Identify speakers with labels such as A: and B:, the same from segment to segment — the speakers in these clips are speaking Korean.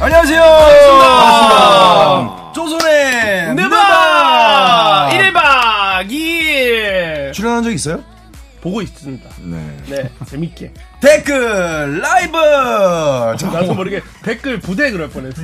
A: 안녕하세요.
B: 반갑습니다.
A: 조선의
B: 네바 1박 2일
A: 출연한 적 있어요?
B: 보고 있습니다.
A: 네.
B: 네, 재밌게.
A: 댓글 라이브. 자,
B: 나도 모르게 댓글 부대 그럴 뻔했어.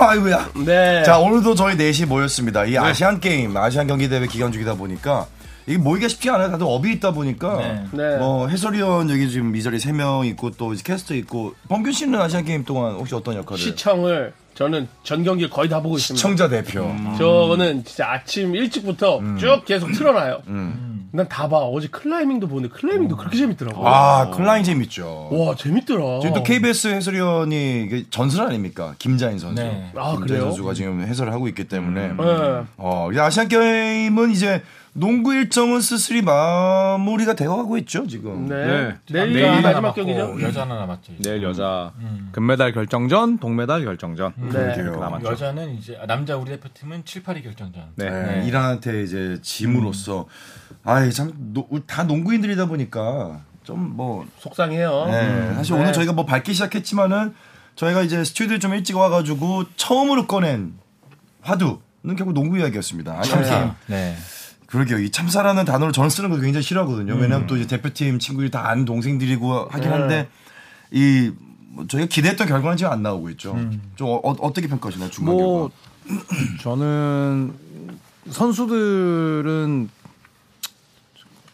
A: 아이고야.
B: 네.
A: 자 오늘도 저희 넷이 모였습니다. 이 아시안 게임, 아시안 경기 대회 기간 중이다 보니까 이게 모이기가 쉽지 않아요. 다들 업이 있다 보니까
B: 네.
A: 뭐 해설위원 여기 지금 이 자리 세 명 있고 또 이제 캐스트 있고 범균 씨는 아시안 게임 동안 혹시 어떤 역할을?
B: 시청을 저는 전 경기를 거의 다 보고 있습니다.
A: 청자 대표.
B: 음. 저는 진짜 아침 일찍부터 쭉 계속 틀어놔요. 난 다 봐. 어제 클라이밍도 보는데 클라이밍도 그렇게 재밌더라고. 요
A: 아 클라인 재밌죠.
B: 와, 재밌더라.
A: 저희 또 KBS 해설위원이 이게 전설 아닙니까? 김자인 선수.
C: 네.
B: 아,
A: 김자인
B: 그래요?
A: 선수가 지금 해설을 하고 있기 때문에.
B: 네.
A: 어, 이제 아시안 게임은 이제 농구 일정은 슬슬이 마무리가 되어 가고 있죠, 지금.
B: 네.
C: 네.
B: 내일
C: 남았고,
B: 마지막 경기죠?
C: 여자 하나 남았죠.
A: 네,
C: 이제.
D: 내일 여자
C: 음.
D: 금메달 결정전, 동메달 결정전.
B: 네.
A: 그러게요.
D: 남았죠.
C: 여자는 이제 아, 남자 우리 대표팀은 7, 8위 결정전.
D: 네.
A: 네, 이란한테 이제 짐으로써 아이 참 다 농구인들이다 보니까 좀 뭐
B: 속상해요.
A: 사실
B: 네.
A: 오늘 저희가 뭐 밝기 시작했지만은 저희가 이제 스튜디오에 좀 일찍 와가지고 처음으로 꺼낸 화두는 결국 농구 이야기였습니다. 아시안 게임
C: 네.
A: 그러게요. 이 참사라는 단어를 저는 쓰는 걸 굉장히 싫어하거든요. 왜냐하면 또 이제 대표팀 친구들이 다 아는 동생들이고 하긴 한데 이뭐 저희가 기대했던 결과는 지금 안 나오고 있죠. 좀 어, 떻게 평가하시나요? 중간
D: 뭐
A: 결과.
D: 저는 선수들은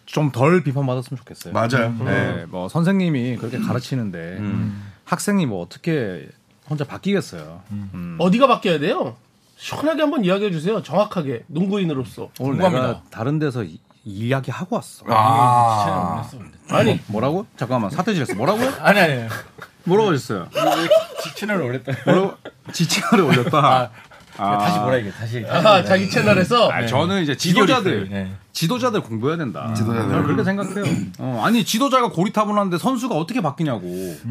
D: 좀 덜 비판받았으면 좋겠어요.
A: 맞아요. 네.
D: 네, 뭐 선생님이 그렇게
C: 음.
D: 가르치는데
A: 음.
D: 학생이 뭐 어떻게 혼자 바뀌겠어요.
C: 음.
B: 어디가 바뀌어야 돼요? 시원하게 한번 이야기해 주세요. 정확하게 농구인으로서.
D: 오늘 내가
C: 궁금합니다.
D: 다른 데서 이, 야기 하고 왔어.
C: 아.
B: 아니,
D: 뭐라고? 잠깐만 사퇴질했어. 뭐라고요?
C: 아니 아니.
D: 뭐라고 하셨어요?
C: 직진을 올렸다.
D: 뭐라고? 지칭을 올렸다.
C: 아. 다시 뭐라 얘기해. 다시
A: 네.
C: 얘기해.
B: 아, 자기 채널에서
D: 아, 저는 이제
C: 지도자들.
D: 지도자들 지도자들 공부해야 된다.
A: 지도자들.
D: 저는 그렇게 생각해요. 어, 아니 지도자가 고리타분한데 선수가 어떻게 바뀌냐고.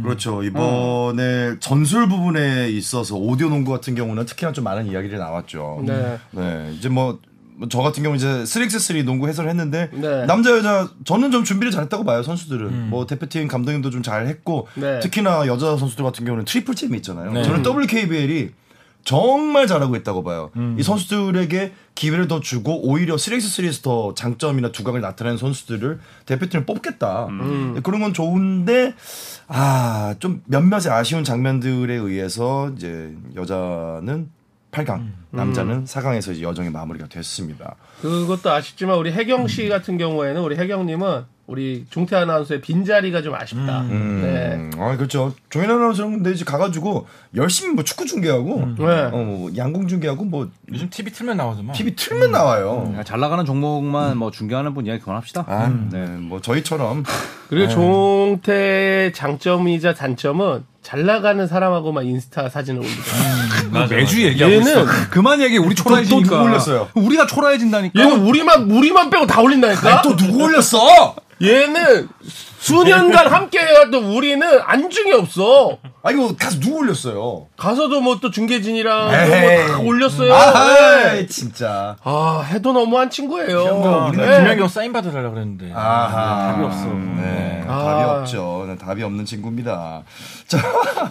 A: 그렇죠. 이번에 전술 부분에 있어서 오디오 농구 같은 경우는 특히나 좀 많은 이야기들이 나왔죠.
B: 네.
A: 네. 이제 뭐. 뭐저 같은 경우 이제 3x3 농구 해설을 했는데
B: 네.
A: 남자 여자 저는 좀 준비를 잘했다고 봐요 선수들은 뭐 대표팀 감독님도 좀 잘했고
B: 네.
A: 특히나 여자 선수들 같은 경우는 트리플 팀이 있잖아요 저는 WKBL이 정말 잘하고 있다고 봐요 이 선수들에게 기회를 더 주고 오히려 3x3에서 더 장점이나 두각을 나타내는 선수들을 대표팀을 뽑겠다 네, 그런 건 좋은데 아, 좀 몇몇의 아쉬운 장면들에 의해서 이제 여자는 8강, 남자는 4강에서 이제 여정의 마무리가 됐습니다.
B: 그것도 아쉽지만 우리 혜경 씨 같은 경우에는 우리 혜경님은 우리 종태 아나운서의 빈자리가 좀 아쉽다. 네.
A: 음, 아, 그렇죠. 조현아 아나운서는 근데 이제 가가지고 열심히 뭐 축구 중계하고,
C: 음.
B: 네.
A: 어, 뭐 양궁 중계하고, 뭐
C: 요즘 TV 틀면 나오더만.
A: TV 틀면
C: 음.
A: 나와요.
D: 그냥 잘 나가는 종목만 뭐 중계하는 분 이야기 그만합시다. 음.
A: 아, 네, 뭐 저희처럼.
B: 그리고 종태의 장점이자 단점은 잘 나가는 사람하고만 인스타 사진을 올리죠.
D: 매주 얘기하고
B: 얘는
D: 그만 얘기. 우리
A: 또
D: 초라해지니까.
A: 누구 올렸어요?
D: 우리가 초라해진다니까.
B: 얘는 우리만 우리만 빼고 다 올린다니까.
A: 아, 또 누구 올렸어?
B: 얘는 수년간 함께 해왔던 우리는 안중이 없어.
A: 아, 이거 가서 누구 올렸어요?
B: 가서도 뭐 또 중계진이랑
A: 에헤이.
B: 뭐다 올렸어요.
A: 아,
B: 네.
A: 진짜.
B: 아, 해도 너무한 친구예요.
A: 우리는
B: 네.
C: 김연경 사인 받으려고 그랬는데.
A: 아하.
C: 네, 답이 없어. 음.
A: 네,
B: 아.
A: 답이 없죠. 네, 답이 없는 친구입니다. 자,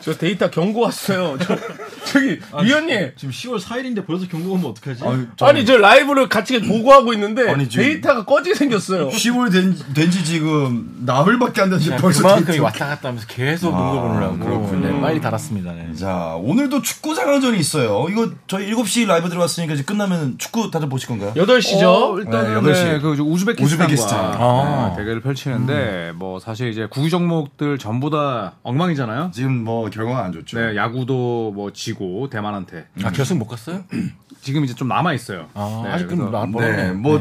B: 저 데이터 경고 왔어요. 저, 저기 리언님
E: 지금 10월 4일인데 벌써 경고 오면 어떡하지?
A: 아유, 저-
B: 아니 저 라이브를 같이 보고하고 있는데
A: 아니, 지금-
B: 데이터가 꺼지 생겼어요.
A: 10월 된, 된지 지금 나흘밖에 안 됐는데
C: 그냥
A: 벌써
C: 그만큼
A: 데이트.
C: 왔다 갔다 하면서 계속 농구 보느라고.
A: 그렇군요.
C: 네, 빨리 달았습니다. 네.
A: 자, 오늘도 축구 상황전이 있어요. 이거 저희 7시 라이브 들어갔으니까 이제 끝나면 축구 다들 보실 건가요?
B: 8시죠?
D: 어, 일단은
A: 네,
D: 네,
A: 8시.
D: 그 우즈베키스탄과
A: 우즈베키스탄. 아. 음.
D: 네, 대결을 펼치는데 뭐 사실 이제 구기 종목들 전부 다 엉망이잖아요.
A: 지금 뭐 결과가 안 좋죠.
D: 네, 야구도 뭐 지고 대만한테
C: 아, 결승 못 갔어요?
D: 지금 이제 좀 남아 있어요. 네,
C: 아, 아직
D: 그래서-
C: 좀 나, 멀
A: 네, 뭐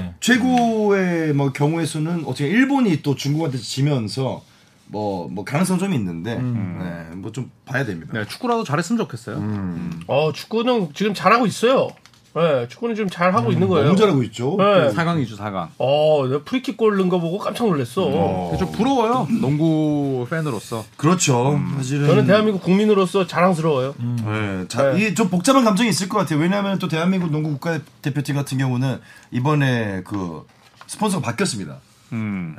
A: 최고의 뭐 경우의 수는 어떻게 일본이 또 중국한테 지면서 뭐, 뭐 가능성 좀 있는데, 네, 뭐 좀 봐야 됩니다.
D: 네, 축구라도 잘했으면 좋겠어요.
A: 음.
B: 어, 축구는 지금 잘하고 있어요. 네, 축구는 지금 잘하고 있는 거예요.
A: 음, 너무 잘하고 있죠.
B: 네.
D: 4강이죠, 4강.
B: 어, 내가 프리킥 골 넣은 거 보고 깜짝 놀랐어.
A: 음.
D: 좀 부러워요. 농구 팬으로서.
A: 그렇죠. 사실은.
B: 저는 대한민국 국민으로서 자랑스러워요.
A: 네, 자, 이게 좀 복잡한 감정이 있을 것 같아요. 왜냐하면 또 대한민국 농구 국가대표팀 같은 음. 경우는 이번에 그 스폰서가 바뀌었습니다.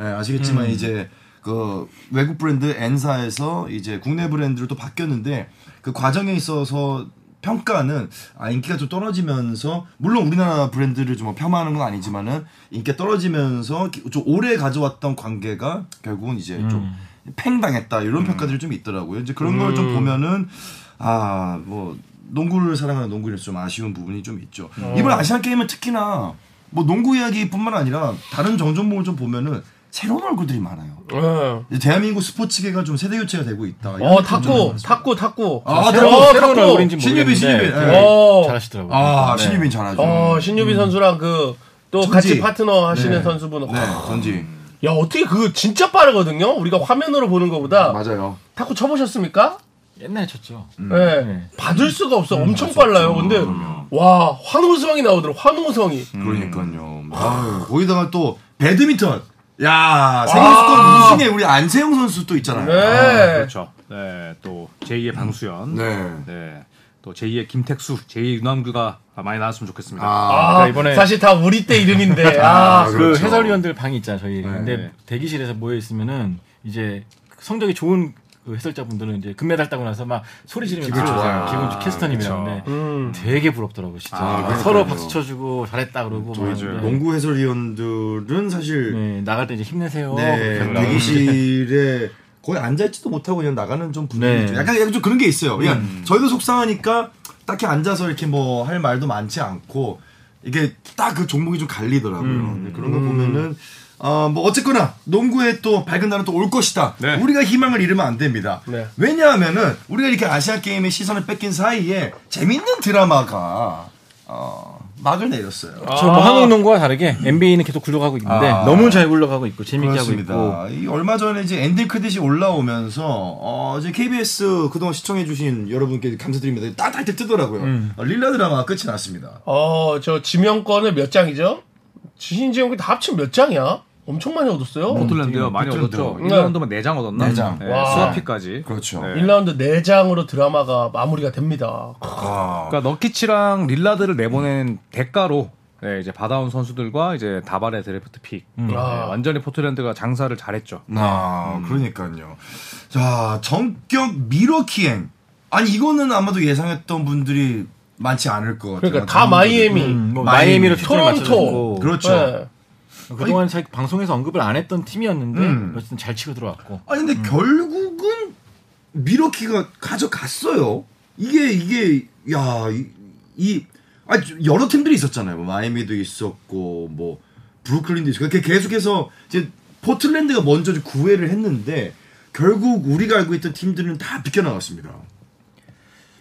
A: 예, 아시겠지만 이제 그 외국 브랜드 엔사에서 이제 국내 브랜드로 또 바뀌었는데 그 과정에 있어서 평가는 아 인기가 좀 떨어지면서 물론 우리나라 브랜드를 좀 폄하하는 건 아니지만은 인기가 떨어지면서 기- 좀 오래 가져왔던 관계가 결국은 이제 좀 팽당했다 이런 평가들이 좀 있더라고요. 이제 그런 걸 좀 보면은 아 뭐 농구를 사랑하는 농구인에서 좀 아쉬운 부분이 좀 있죠. 이번 아시안 게임은 특히나 뭐 농구 이야기뿐만 아니라 다른 정 종목을 좀 보면은 새로운 얼굴들이 많아요.
B: 어.
A: 이제 대한민국 스포츠계가 좀 세대 교체가 되고 있다. 이런
B: 어,
A: 좀
B: 탁구, 탁구, 탁구.
A: 아, 탁구,
B: 새로운- 새로운
C: 어, 새로운
B: 얼굴인지.
C: 얼굴인지
A: 신유빈,
C: 모르겠는데
A: 신유빈.
C: 되게
A: 네.
B: 어.
C: 잘하시더라고요.
A: 아
C: 네.
A: 신유빈 잘하죠.
B: 어, 신유빈 선수랑 그, 또 같이
A: 음. 천지.
B: 파트너 하시는
A: 네.
B: 선수분.
A: 네, 전지
B: 야, 어떻게 그거 진짜 빠르거든요? 우리가 화면으로 보는 것보다.
A: 맞아요.
B: 탁구 쳐보셨습니까?
C: 옛날에 쳤죠.
B: 네.
C: 네.
B: 받을 수가 없어. 엄청 빨라요. 근데, 와, 환호성이 나오더라고, 환호성이.
A: 음. 그러니까요. 아유, 거기다가 또 배드민턴. 야 생일스권 우승에 우리 안세영 선수 또 있잖아요.
B: 네.
D: 그렇죠. 네, 또 제2의 방수연.
A: 음. 네.
D: 네. 또 제2의 김택수, 제2의 윤환규가 많이 나왔으면 좋겠습니다.
A: 아,
B: 아,
C: 그러니까 이번에-
B: 사실 다 우리 때 이름인데. 아,
A: 아,
C: 그
A: 그렇죠.
C: 해설위원들 방이 있잖아요, 저희.
D: 네.
C: 근데 대기실에서 모여 있으면은 이제 성적이 좋은 그 해설자분들은 이제 금메달 따고 나서 막 소리 지르면서
A: 기분 좋아요. 그렇죠.
C: 기분 좋 캐스터님이라는데
B: 음.
C: 되게 부럽더라고 진짜.
A: 아, 그러니까요.
C: 서로 박수 쳐주고 잘했다 그러고 막
A: 저희 이제
C: 하는데
A: 농구 해설위원들은 사실
C: 네, 나갈 때 이제 힘내세요.
A: 네,
C: 그렇게 하고
A: 대기실에 거의 앉아있지도 못하고 그냥 나가는 좀 분위기죠.
C: 네.
A: 약간, 약간 좀 그런 게 있어요. 그냥 저희도 속상하니까 딱히 앉아서 이렇게 뭐 할 말도 많지 않고 이게 딱 그 종목이 좀 갈리더라고요. 근데 그런 거 보면은 어, 뭐 어쨌거나 농구에 또 밝은 날은 또 올 것이다.
C: 네.
A: 우리가 희망을 잃으면 안 됩니다.
B: 네.
A: 왜냐하면은 우리가 이렇게 아시아 게임에 시선을 뺏긴 사이에 재밌는 드라마가 어, 막을 내렸어요.
D: 아.
C: 저뭐 한국 농구와 다르게 NBA는 계속 굴러가고 있는데
A: 아.
C: 너무 잘 굴러가고 있고 재밌게 하고 있고
A: 이 얼마 전에 이제 엔딩 크딧이 올라오면서 어, 이제 KBS 그동안 시청해주신 여러분께 감사드립니다. 따뜻하게 뜨더라고요. 어, 릴라 드라마 끝이 났습니다.
B: 어, 저 지명권을 몇 장이죠? 신지명권 다 합치면 몇 장이야? 엄청 많이 얻었어요.
D: 포틀랜드요 많이
A: 포틀랜드.
D: 얻었죠.
B: 네.
D: 1라운드만 4장 얻었나?
A: 네 장.
D: 네,
B: 와.
D: 수아피까지.
A: 그렇죠.
D: 네.
B: 1라운드 4장으로 드라마가 마무리가 됩니다.
A: 아,
D: 그러니까 너키치랑 릴라드를
A: 음.
D: 내보낸 대가로 네, 이제 받아온 선수들과 이제 다발의 드래프트 픽.
A: 음.
D: 네,
B: 아.
D: 완전히 포틀랜드가 장사를 잘했죠.
A: 아, 그러니까요. 자, 전격 미러키행. 아니 이거는 아마도 예상했던 분들이 많지 않을 것 같아요.
B: 그러니까 다
A: 많은
B: 마이애미.
A: 분들이.
C: 음, 뭐
A: 마이애미.
C: 마이애미로 초점을
B: 토론토.
C: 맞춰줬고
A: 그렇죠.
B: 네.
C: 그동안 저희 방송에서 언급을 안 했던 팀이었는데
A: 음.
C: 어쨌든 잘 치고 들어왔고
A: 아니 근데 결국은 미러키가 가져갔어요. 이게 이게 야이 아 여러 팀들이 있었잖아요. 뭐 마이애미도 있었고 뭐 브루클린도 있었고 이렇게 계속해서 이제 포틀랜드가 먼저 좀 구애를 했는데 결국 우리가 알고 있던 팀들은 다 비껴나갔습니다.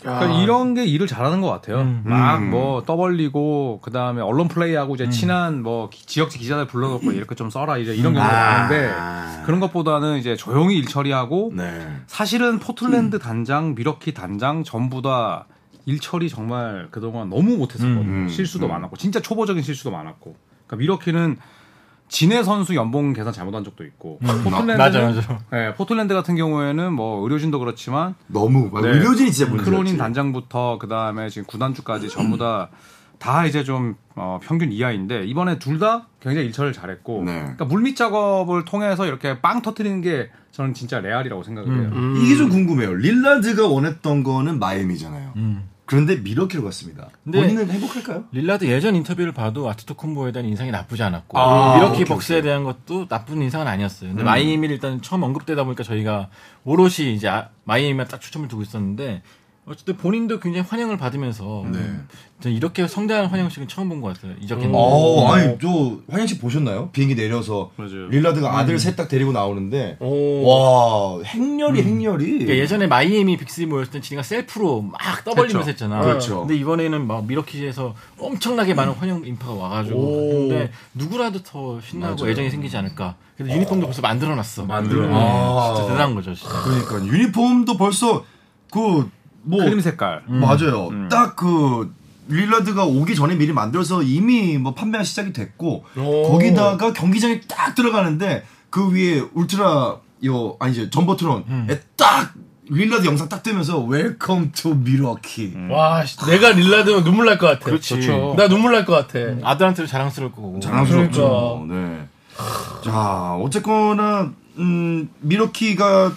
A: 아.
D: 그러니까 이런 게 일을 잘하는 것 같아요.
A: 음.
D: 막 뭐 떠벌리고 그 다음에 언론 플레이하고 이제 친한 뭐 기- 지역지 기자들 불러놓고 이렇게 좀 써라 이제 이런 경우가 많은데 그런 것보다는 이제 조용히 일 처리하고
A: 아. 네.
D: 사실은 포틀랜드
A: 음.
D: 단장, 미러키 단장 전부 다 일처리 정말 그동안 너무 못했었거든요.
A: 음,
D: 실수도 많았고 진짜 초보적인 실수도 많았고. 그러니까 미러키는 진해 선수 연봉 계산 잘못한 적도 있고
A: 음.
D: 포틀랜드는
C: 맞아 맞아
D: 예, 포틀랜드 같은 경우에는 뭐 의료진도 그렇지만
A: 너무
D: 네.
A: 의료진이 진짜 문제였지.
D: 크로닌 단장부터 그 다음에 지금 구단주까지 전부 다 다 이제 좀 어, 평균 이하인데 이번에 둘 다 굉장히 일처를 잘했고
A: 네.
D: 그러니까 물밑 작업을 통해서 이렇게 빵 터트리는 게 저는 진짜 레알이라고 생각을 해요.
A: 이게 좀 궁금해요. 릴라드가 원했던 거는 마이애미잖아요. 그런데 미러키로 갔습니다.
C: 근데-
A: 본인은 행복할까요?
C: 릴라드 예전 인터뷰를 봐도 아트토콤보에 대한 인상이 나쁘지 않았고
A: 아, 오케이, 음.
C: 이렇게 벅스에 대한 것도 나쁜 인상은 아니었어요. 근데 마이애미 일단 처음 언급되다 보니까 저희가 오롯이 이제 아- 마이애미만 딱 초점을 두고 있었는데 어쨌든 본인도 굉장히 환영을 받으면서
A: 네.
C: 음, 저는 이렇게 성대한 환영식은 처음 본 것 같아요. 이적했는데
A: 어,
C: 네.
A: 아니 저 환영식 보셨나요? 비행기 내려서
D: 맞아요.
C: 네.
A: 릴라드가 아들 셋 딱 데리고 나오는데
B: 오.
A: 와 행렬이 행렬이
C: 그러니까 예전에 마이애미 빅스리 모였을 때 지니가 셀프로 막 떠벌리면서
D: 그쵸.
C: 했잖아.
A: 그렇죠.
C: 근데 이번에는 막 미러키에서 엄청나게 많은 환영 인파가 와가지고 했는데 누구라도 더 신나고 애정이 생기지 않을까. 그래서 유니폼도 벌써 만들어놨어.
A: 만들어.
C: 네,
A: 아.
C: 진짜 대단한 거죠. 진짜.
A: 그러니까 유니폼도 벌써 그
C: 음.
A: 뭐
D: 크림 색깔.
A: 맞아요. 딱 그 릴라드가 오기 전에 미리 만들어서 이미 뭐 판매가 시작이 됐고
B: 오.
A: 거기다가 경기장에 딱 들어가는데 그 위에 울트라 요 아니 이제 전버트론에
C: 음.
A: 딱 릴라드 영상 딱 뜨면서 웰컴 투 미러키
C: 음.
B: 와, 씨, 내가 릴라드면 눈물 날 것 같아.
C: 그렇지. 음.
D: 그렇죠.
B: 나 눈물 날 것 같아.
C: 아들한테도 자랑스러울 거고.
A: 자랑스럽죠.
B: 그러니까.
A: 네. 자, 어쨌거나 음, 미러키가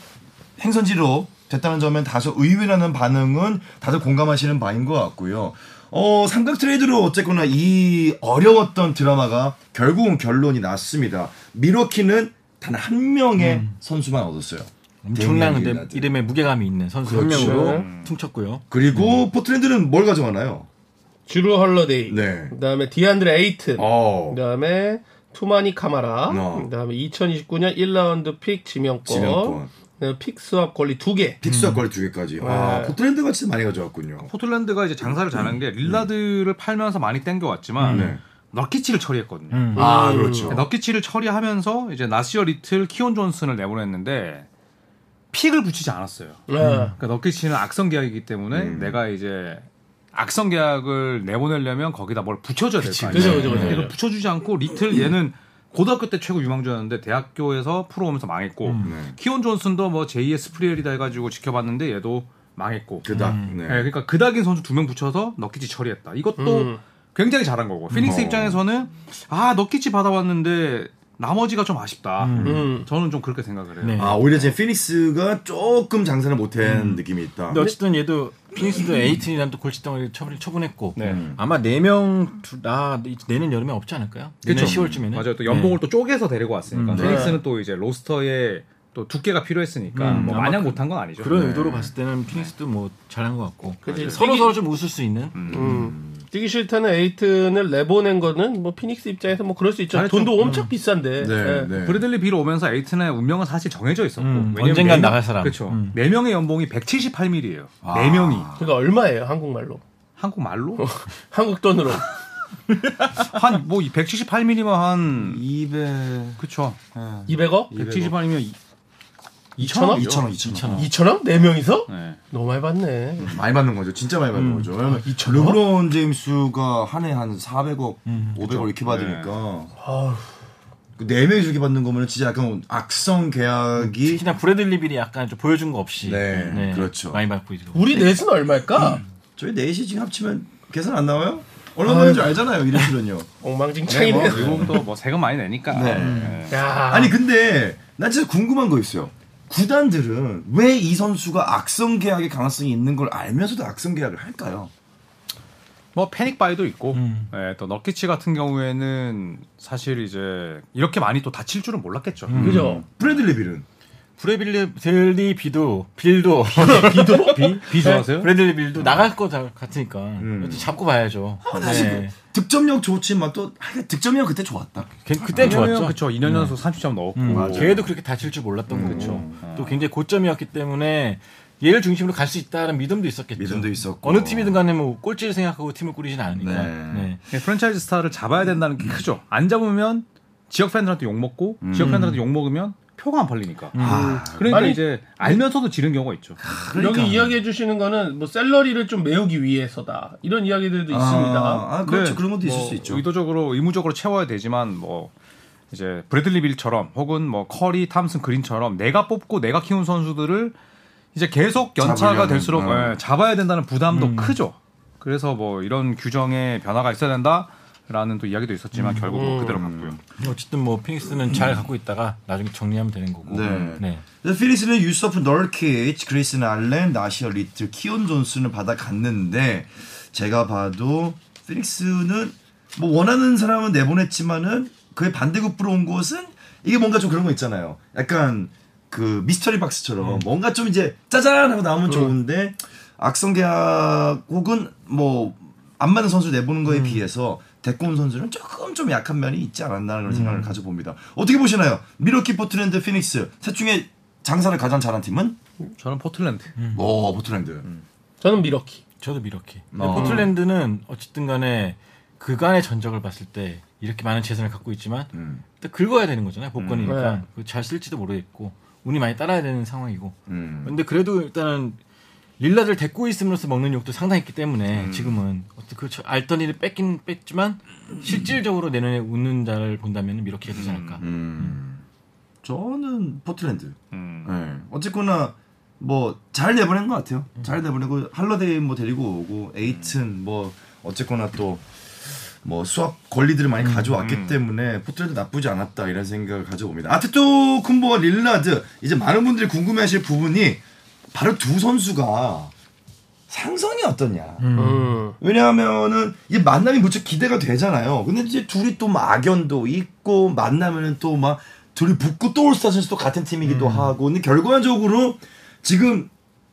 A: 행선지로 됐다는 점엔 다소 의외라는 반응은 다들 공감하시는 바인 것 같고요. 어, 삼각 트레이드로 어쨌거나 이 어려웠던 드라마가 결국은 결론이 났습니다. 미러키는 단 한 명의 선수만 얻었어요.
C: 음.
A: 데미안
C: 엄청난 근데
A: 릴라드.
C: 이름에 무게감이 있는 선수 한
A: 네, 그렇죠.
C: 명으로 퉁쳤고요.
A: 그리고
C: 음.
A: 포트랜드는 뭘 가져가나요?
B: 주루 헐러데이.
A: 네.
B: 그다음에 디안드레 에이튼.
A: 어.
B: 그다음에 투마니 카마라.
A: 어.
B: 그다음에 2029년 1라운드 픽 지명권.
A: 지명권.
B: 그다음에 픽 수합 권리 2개.
A: 픽스와 거리 두 개까지. 아,
B: 네.
A: 포트랜드가 진짜 많이 가져왔군요.
D: 포틀랜드가 이제 장사를 잘하는 게 릴라드를 팔면서 많이 땡겨왔지만
A: 네.
D: 럭키치를 처리했거든요.
C: 음.
D: 그러니까
A: 아, 그렇죠.
D: 럭키치를 처리하면서 이제 나시어 리틀, 키온 존슨을 내보냈는데 픽을 붙이지 않았어요.
B: 네.
D: 그러니까 럭키치는 악성 계약이기 때문에
B: 음.
D: 내가 이제 악성 계약을 내보내려면 거기다 뭘 붙여줘야 될 거 아니에요.
B: 그죠, 그죠, 음. 그죠.
D: 그러니까 붙여주지 않고 리틀 얘는 고등학교 때 최고 유망주였는데 대학교에서 프로 오면서 망했고
A: 음.
B: 음.
A: 네.
D: 키온 존슨도 뭐 제2의 스프리엘이다 해가지고 지켜봤는데 얘도 망했고
A: 그다.
D: 예,
A: 네.
D: 그러니까 그닥인 선수 두 명 붙여서 너키치 처리했다. 이것도
B: 음.
D: 굉장히 잘한 거고 피닉스
A: 어.
D: 입장에서는 아 너키치 받아왔는데 나머지가 좀 아쉽다.
B: 음.
D: 저는 좀 그렇게 생각을 해요.
C: 네.
A: 아 오히려 지금 피닉스가 조금 장사를 못한 느낌이 있다.
C: 근데 어쨌든 얘도 피닉스도 에이튼이란 또 골칫덩어리 처분, 처분했고
B: 네.
C: 아마 네 명 아, 내년 여름에 없지 않을까요? 내년 10월쯤에는
D: 맞아요. 또 연봉을
C: 네.
D: 또 쪼개서
C: 음.
D: 데리고 왔으니까 피닉스는 또 이제 로스터에 또 두께가 필요했으니까
C: 음,
D: 뭐
C: 아마
D: 마냥
C: 그-
D: 못한 건 아니죠.
A: 네.
C: 그런 의도로 봤을 때는 피닉스도 뭐 잘한 것 같고
A: 그렇죠.
B: 그치.
C: 서로
B: 이게-
C: 서로 좀 웃을 수 있는
B: 음. 뛰기 싫다는 에이튼을 내보낸 거는 뭐 피닉스 입장에서 뭐 그럴 수 있죠.
D: 잘했죠.
B: 돈도 엄청 비싼데. 예.
A: 네.
D: 브래들리 비로 오면서 에이튼의 운명은 사실 정해져 있었고
C: 음,
D: 왜냐면
C: 언젠간
D: 네 명-
C: 나갈 사람.
D: 그렇죠.
C: 음.
D: 네 명의 연봉이 178밀이에요. 네 명이
B: 그러니까 얼마예요 한국말로?
D: 한국 말로
B: 한국 돈으로
D: 한 뭐 178밀이면 한
A: 200.
D: 그렇죠.
A: 아,
B: 200억?
D: 170아니면
A: 2,000원,
B: 2,000억?
A: 2,000원.
C: 그렇죠.
B: 2,000억? 네 명이서?
D: 네.
B: 너무 많이 받네.
A: 많이 받는 거죠. 진짜 음. 아, 많이 받는 거죠. 왜냐면 르브론 제임스가 한 해 한 400억, 500억 이렇게 받으니까.
B: 아휴.
A: 그 4명이 저렇게 받는 거면 진짜 약간 악성 계약이.
C: 특히나 브래들리 빌이 약간 좀 보여준 거 없이
A: 네, 그렇죠.
C: 많이 받고 있고
B: 우리 넷은 얼마일까?
A: 저희 4시 지금 합치면 계산 안 나와요? 얼마 받는 줄 알잖아요, 이래 출연료.
B: 엉망진창이네. 뭐.
A: 네, 뭐,
D: 미국도 뭐 세금 많이 내니까.
A: 네.
C: 음.
B: 야.
A: 아니, 근데 난 진짜 궁금한 거 있어요. 구단들은 왜 이 선수가 악성 계약의 가능성이 있는 걸 알면서도 악성 계약을 할까요?
D: 뭐 패닉 바이도 있고.
C: 음.
D: 예, 또 너키치 같은 경우에는 사실 이제 이렇게 많이 또 다칠 줄은 몰랐겠죠.
C: 음.
D: 음.
B: 그죠?
A: 브래들리 빌은
C: 브래들리 빌리 비도 빌도
D: 비도 비, 비 좋아하세요?
C: 브래들리 빌도 나갈 거 다- 같으니까
A: 음.
C: 어쨌든 잡고 봐야죠.
A: 아,
C: 네.
A: 사실 네. 득점력 좋지만 또 하여간 득점력 그때 좋았다.
C: 그때 좋았죠.
D: 그렇죠. 2년 연속 30점 넣었고.
C: 음,
A: 맞아요. 음.
C: 걔도 그렇게 다칠 줄 몰랐던 거고 또 굉장히 고점이었기 때문에 얘를 중심으로 갈 수 있다는 믿음도 있었겠죠.
A: 믿음도 있었고.
C: 어느 팀이든 간에 뭐 꼴찌를 생각하고 팀을 꾸리진 않으니까.
A: 네.
C: 네.
D: 예, 프랜차이즈 스타를 잡아야 된다는 게 크죠. 안 잡으면 지역 팬들한테 욕 먹고
C: 음.
D: 지역 팬들한테 욕 먹으면 표가 안 팔리니까.
A: 아,
D: 그러니까
B: 아니,
D: 이제 알면서도 지른 경우가 있죠.
B: 여기 이야기해 주시는 거는 뭐 셀러리를 좀 메우기 위해서다. 이런 이야기들도 있습니다.
A: 아, 아, 그렇죠.
D: 네,
A: 그런 것도 있을
D: 뭐
A: 수 있죠.
D: 의도적으로 의무적으로 채워야 되지만 뭐 이제 브래들리 빌처럼 혹은 뭐 커리, 탐슨, 그린처럼 내가 뽑고 내가 키운 선수들을 이제 계속 연차가
A: 잡으려는,
D: 될수록
A: 어.
D: 예, 잡아야 된다는 부담도 크죠. 그래서 뭐 이런 규정의 변화가 있어야 된다라는 또 이야기도 있었지만 결국 은 그대로
A: 음.
D: 갔고요.
C: 어쨌든 뭐 피닉스는 잘 갖고 있다가 나중에 정리하면 되는 거고.
A: 네.
C: 네.
A: 그래서 피닉스는 유서프 널키치, 그레이슨 알렌, 나시어 리틀, 키온 존슨을 받아갔는데 제가 봐도 피닉스는 뭐 원하는 사람은 내보냈지만은 그의 반대급부로 온 곳은 이게 뭔가 좀 그런 거 있잖아요. 약간 그 미스터리 박스처럼 뭔가 좀 이제 짜잔 하고 나오면 좋은데 악성 계약 혹은 뭐 안 맞는 선수 내보는 거에 비해서 데리고 온 선수는 조금 좀 약한 면이 있지 않았나 그런 생각을 가져봅니다. 어떻게 보시나요? 미러키 포트랜드 피닉스 셋 중에 장사를 가장 잘한 팀은
D: 저는 포틀랜드.
A: 오 포트랜드.
B: 저는 미러키.
C: 저도 미러키. 근데
A: 어.
C: 포틀랜드는 어쨌든 간에 그간의 전적을 봤을 때 이렇게 많은 재산을 갖고 있지만
A: 음.
C: 일단 긁어야 되는 거잖아요. 복권이니까.
B: 네.
C: 그거 잘 쓸지도 모르겠고 운이 많이 따라야 되는 상황이고.
A: 음.
C: 근데 그래도 일단은 릴라를 데리고 있음으로써 먹는 욕도 상당히 있기 때문에
A: 음.
C: 지금은 어떻게 그 저- 알던 일을 뺏긴 뺐지만 실질적으로 내년에 웃는 자를 본다면 미러키가 되지 않을까.
A: 음. 저는 포트랜드.
D: 음.
A: 네. 어쨌거나 뭐 잘 내보낸 것 같아요. 잘 내보내고 할러데이 뭐 데리고 오고 에이튼 뭐 어쨌거나 또 뭐 수업 권리들을 많이 가져왔기 때문에 포트레도 나쁘지 않았다 이런 생각을 가져봅니다. 아테토 쿤보와 릴라드 이제 많은 분들이 궁금해하실 부분이 바로 두 선수가 상성이 어떠냐.
B: 음.
A: 왜냐하면은 이 만남이 무척 기대가 되잖아요. 근데 이제 둘이 또 막 악연도 있고 만나면은 또 막 둘이 붙고 또 올스타전에서 또 같은 팀이기도 하고 근데 결과적으로 지금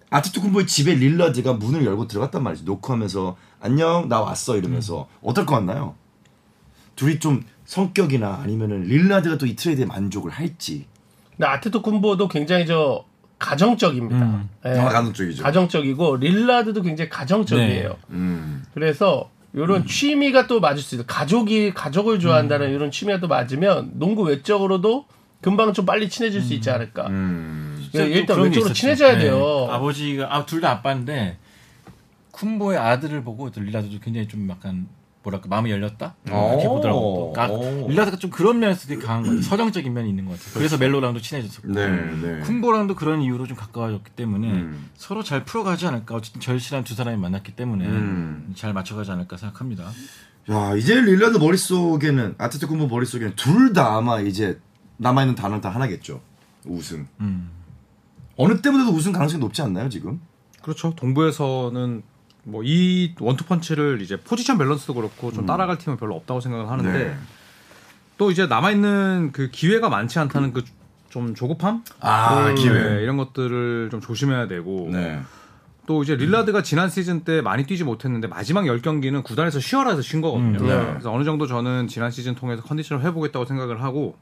A: 아티투쿤보의 집에 릴라드가 문을 열고 들어갔단 말이지 노크하면서 안녕 나 왔어 이러면서 어떨 것 같나요? 둘이 좀 성격이나 아니면은 릴라드가 또 이 트레이드에 만족을 할지
B: 근데 아테토 쿤보도 굉장히 저 가정적입니다. 예.
A: 아, 가능적이죠.
B: 가정적이고 릴라드도 굉장히 가정적이에요.
A: 음.
B: 그래서 이런 취미가 또 맞을 수 있어요. 가족이 가족을 좋아한다는 이런 취미가 또 맞으면 농구 외적으로도 금방 좀 빨리 친해질 수 있지 않을까.
A: 음.
B: 예,
C: 또
B: 일단
C: 그런 게
B: 왼쪽으로
C: 있었죠.
B: 친해져야
C: 네.
B: 돼요.
C: 아버지가 아 둘 다 아빠인데 쿤보의 아들을 보고 또 릴라드도 굉장히 좀 약간 뭐랄까 마음이 열렸다
A: 오.
C: 이렇게 보더라고. 또. 그러니까 릴라드가 좀 그런 면에서 되게 강한 것 같아. 서정적인 면이 있는 것 같아. 요 그래서 멜로랑도 친해졌었고.
A: 그렇죠. 네, 네.
C: 쿤보랑도 그런 이유로 좀 가까워졌기 때문에
A: 음.
C: 서로 잘 풀어가지 않을까 어쨌든 절실한 두 사람이 만났기 때문에
A: 음.
C: 잘 맞춰가지 않을까 생각합니다.
A: 야 이제 릴라드 머릿속에는 아테토쿤보 머릿속에는 둘 다 아마 이제 남아있는 단어는 단 하나겠죠 우승
C: 음.
A: 어느 때보다도 우승 가능성이 높지 않나요 지금?
D: 그렇죠. 동부에서는 뭐 이 원투펀치를 이제 포지션 밸런스도 그렇고 좀 따라갈 팀은 별로 없다고 생각을 하는데
A: 음. 네.
D: 또 이제 남아 있는 그 기회가 많지 않다는 그 좀 조급함
A: 아
D: 네, 이런 것들을 좀 조심해야 되고
A: 네.
D: 또 이제 릴라드가 지난 시즌 때 많이 뛰지 못했는데 마지막 10경기는 구단에서 쉬어라 해서 쉰 거거든요.
A: 네.
D: 그래서 어느 정도 저는 지난 시즌 통해서 컨디션을 회복했다고 생각을 하고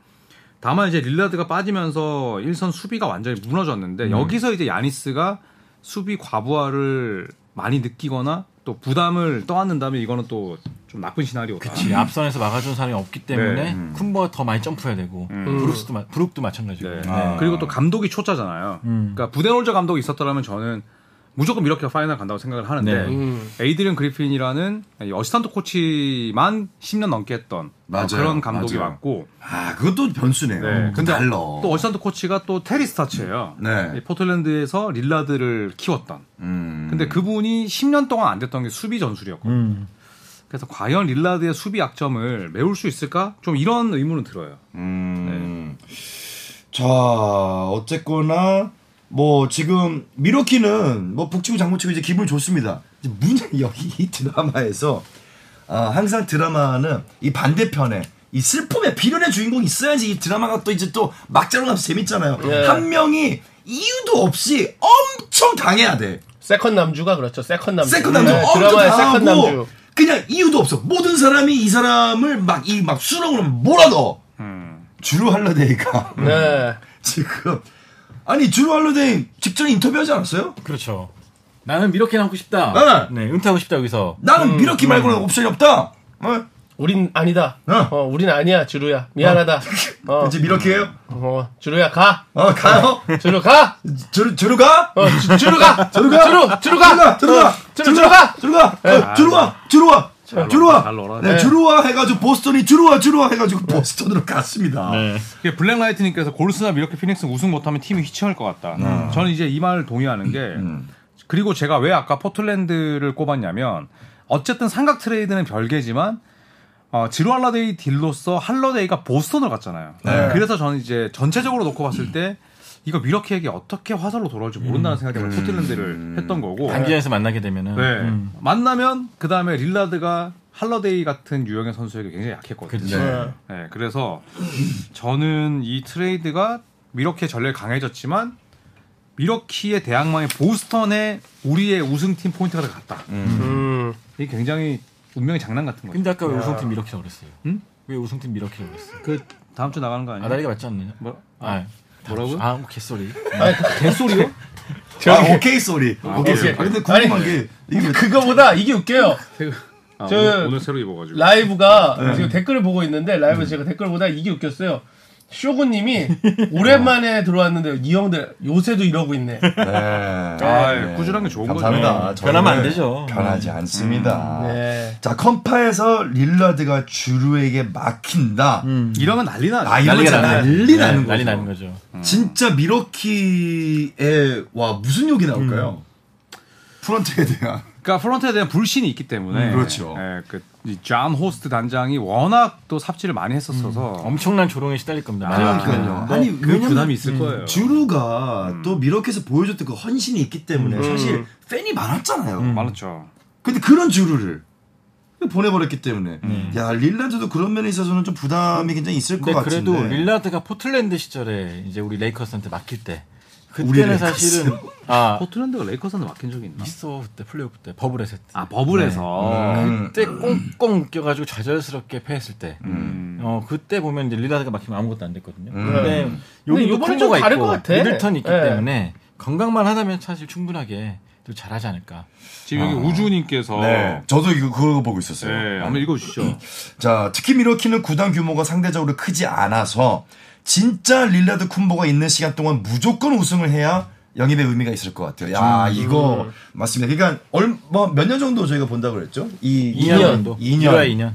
D: 다만 이제 릴라드가 빠지면서 일선 수비가 완전히 무너졌는데 여기서 이제 야니스가 수비 과부하를 많이 느끼거나 또 부담을 떠안는다면 이거는 또 좀 나쁜 시나리오다.
C: 이 앞선에서 막아주는 사람이 없기 때문에
D: 네.
A: 음.
C: 쿤보가 더 많이 점프해야 되고 브룩스도 마- 브룩도 마찬가지고.
D: 네.
A: 아. 음.
D: 그리고 또 감독이 초짜잖아요. 그러니까 부데놀저 감독이 있었더라면 저는 무조건 이렇게 파이널 간다고 생각을 하는데
C: 네.
B: 음.
D: 에이드리언 그리핀이라는 이 어시스턴트 코치만 10년 넘게 했던
A: 맞아요.
D: 그런 감독이
A: 맞아요.
D: 맞고
A: 아 그것도 변수네요.
D: 네.
A: 근데 달라.
D: 또 어시스턴트 코치가 또 테리 스타츠예요.
A: 네.
D: 이 포틀랜드에서 릴라드를 키웠던.
A: 음.
D: 근데 그분이 10년 동안 안 됐던 게 수비 전술이었거든요. 그래서 과연 릴라드의 수비 약점을 메울 수 있을까? 좀 이런 의문은 들어요.
A: 음. 자 어쨌거나 뭐 지금 미로키는 뭐 북치고 장구치고 이제 기분 좋습니다. 이제 문제 여기 이 드라마에서 아, 항상 드라마는 이 반대편에 이 슬픔의 비련의 주인공이 있어야지 이 드라마가 또 이제 또 막자로 나서 재밌잖아요.
B: 예.
A: 한 명이 이유도 없이 엄청 당해야 돼.
B: 세컨 남주가 그렇죠. 세컨 남주.
A: 세컨 남주
B: 네,
A: 엄청
B: 드라마의 세컨
A: 당하고
B: 남주.
A: 그냥 이유도 없어. 모든 사람이 이 사람을 막 이 막 수렁으로 몰아넣어. 주루 할러데이가
B: 네.
A: 지금 아니 주루 할러데이 직전에 인터뷰하지 않았어요?
C: 그렇죠. 나는 미러키나 하고 싶다.
A: 네.
C: 네, 은퇴하고 싶다 여기서.
A: 나는
B: 음,
A: 미러키 말고는 옵션이 없다. 어?
B: 우린 아니다.
A: 어.
B: 어, 우린 아니야, 주루야. 미안하다. 어,
A: 이제 미러키예요?
B: 어, 주루야 가.
A: 어 가요?
B: 주루 가.
A: 주루 주루 가?
B: 어, 주- 주루 가.
A: 주루 가?
B: 주루, 주루 가.
A: 주루 가!
B: 어, 주루, 주루 가.
A: 주루 가! 어, 주루 와! 주루 와! 주루
D: 잘 놀아.
A: 와! 네,
B: 네.
A: 주루 와 해가지고 보스턴이 주루 와 주루 와 해가지고 보스턴으로 갔습니다.
B: 네.
D: 이게 블랙라이트님께서 골스나 미러키 피닉스 우승 못하면 팀이 휘청할 것 같다.
C: 음.
D: 저는 이제 이 말을 동의하는 게 그리고 제가 왜 아까 포틀랜드를 꼽았냐면 어쨌든 삼각 트레이드는 별개지만 어, 지루 할러데이 딜로서 할러데이가 보스턴을 갔잖아요.
C: 네.
D: 그래서 저는 이제 전체적으로 놓고 봤을 때 이거 미러키에게 어떻게 화살로 돌아올지 모른다는 생각에 포틀랜드를 했던 거고
C: 음. 단기전에서 만나게 되면은.
D: 네.
C: 음.
D: 만나면 그 다음에 릴라드가 할러데이 같은 유형의 선수에게 굉장히 약했거든요.
C: 그렇죠.
A: 네.
D: 네, 그래서 저는 이 트레이드가 미러키의 전례 강해졌지만 미러키의 대항마인 보스턴에 우리의 우승팀 포인트가 더 갔다.
B: 음.
D: 이게 굉장히 운명의 장난 같은 거죠.
C: 근데 아까 왜 우승팀 미러키라고 그랬어요? 왜 우승팀 미러키라고 그랬어요?
D: 그 다음 주 나가는 거 아니에요?
C: 아다리가 맞지 않느냐?
D: 뭐?
C: 아,
D: 뭐라고요?
C: 아, 개소리.
A: 그
D: 개소리요?
A: 아, 오케이 소리. 오케이 네. 소리.
B: 오케이.
A: 근데 궁금한
B: 아니,
A: 게 이게
B: 그거보다 이게 웃겨요.
D: 아,
B: 저-
D: 오늘, 오늘 새로 입어가지고.
B: 라이브가
A: 네.
B: 지금 댓글을 보고 있는데 라이브 제가 댓글보다 이게 웃겼어요. 쇼군님이 오랜만에 들어왔는데 이 형들 요새도 이러고 있네.
A: 네.
D: 아, 꾸준한 게 좋은
A: 감사합니다.
C: 네. 변하면 안
A: 저는
C: 되죠.
A: 변하지 않습니다.
B: 네.
A: 자, 컴파에서 릴라드가 주루에게 막힌다.
D: 거죠. 음. 이러면 난리 나죠.
A: 아, 이러면 진짜
C: 나죠.
A: 난리
C: 네,
A: 나는 거죠.
C: 난리 나는 거죠.
A: 진짜 미러키의 와 무슨 욕이 음. 나올까요? 프런트에 대한.
D: 그러니까 프론트에 대한 불신이 있기 때문에
A: 음, 그렇죠.
D: 예, 그 이잔 호스트 단장이 워낙 또 삽질을 많이 했었어서
A: 음.
C: 엄청난 조롱에 시달릴
A: 아,
C: 겁니다. 많이
A: 그러니까요.
C: 바뀌면.
A: 아니
D: 그
A: 왜냐면 음.
D: 부담이 있을 거예요.
A: 주루가 또 미러키에서 보여줬던 그 헌신이 있기 때문에 사실 팬이 많았잖아요.
D: 음. 많았죠.
A: 근데 그런 주루를 보내버렸기 때문에 야 릴란드도 그런 면에 있어서는 좀 부담이 굉장히 있을 것
C: 근데
A: 같은데.
C: 네, 그래도 릴라드가 포틀랜드 시절에 이제 우리 레이커스한테 맡길 때
A: 우리
C: 그때는
A: 레이커스.
C: 사실은 아
D: 포틀랜드가 레이커스한테 맡긴 적이 있나?
C: 있어 그때 플레이오프 때 버블에 세트
D: 아 버블에서
A: 음.
C: 그때 꽁꽁 웃겨가지고 좌절스럽게 패했을 때 어, 그때 보면 이제 릴라드가 막히면 아무것도 안 됐거든요. 근데
B: 네. 근데
C: 여기도
B: 요번엔
C: 큰
B: 좀
C: 거가
B: 다를
C: 있고
B: 것 같아.
C: 미들턴이 있기
B: 예.
C: 때문에 건강만 하다면 사실 충분하게 또 잘하지 않을까.
D: 지금 여기 우주님께서
A: 아. 네, 저도 이거 그거 보고 있었어요.
D: 어. 네, 한번 읽어주시죠.
A: 자, 특히 미러키는 구단 규모가 상대적으로 크지 않아서 진짜 릴라드 쿤보가 있는 시간 동안 무조건 우승을 해야 영입의 의미가 있을 것 같아요. 야, 이거 맞습니다. 그러니까 얼마몇 년 정도 저희가 본다고 그랬죠? 이
C: 이년도.
A: 2년.
C: 2년.